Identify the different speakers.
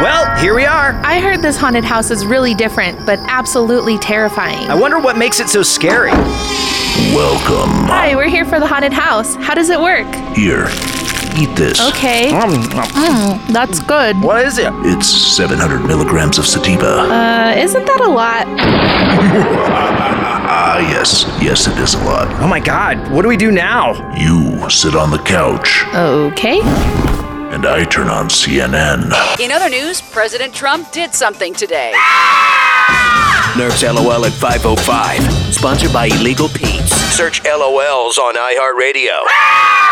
Speaker 1: Well, here we are.
Speaker 2: I heard this haunted house is really different, but absolutely terrifying.
Speaker 1: I wonder what makes it so scary.
Speaker 3: Welcome.
Speaker 2: Hi, we're here for the haunted house. How does it work?
Speaker 3: Here, eat this.
Speaker 2: Okay. Mm, that's good.
Speaker 1: Hmm, What is it?
Speaker 3: It's 700 milligrams of sativa.
Speaker 2: Uh, isn't that a lot?
Speaker 3: Ah, yes, yes, it is a lot.
Speaker 1: Oh my god, what do we do now?
Speaker 3: You sit on the couch,
Speaker 2: Okay.
Speaker 3: and I turn on CNN.
Speaker 4: In other news, President Trump did something today.
Speaker 5: Nerf's LOL at 505. Sponsored by Illegal Pete's. Search LOLs on iHeartRadio.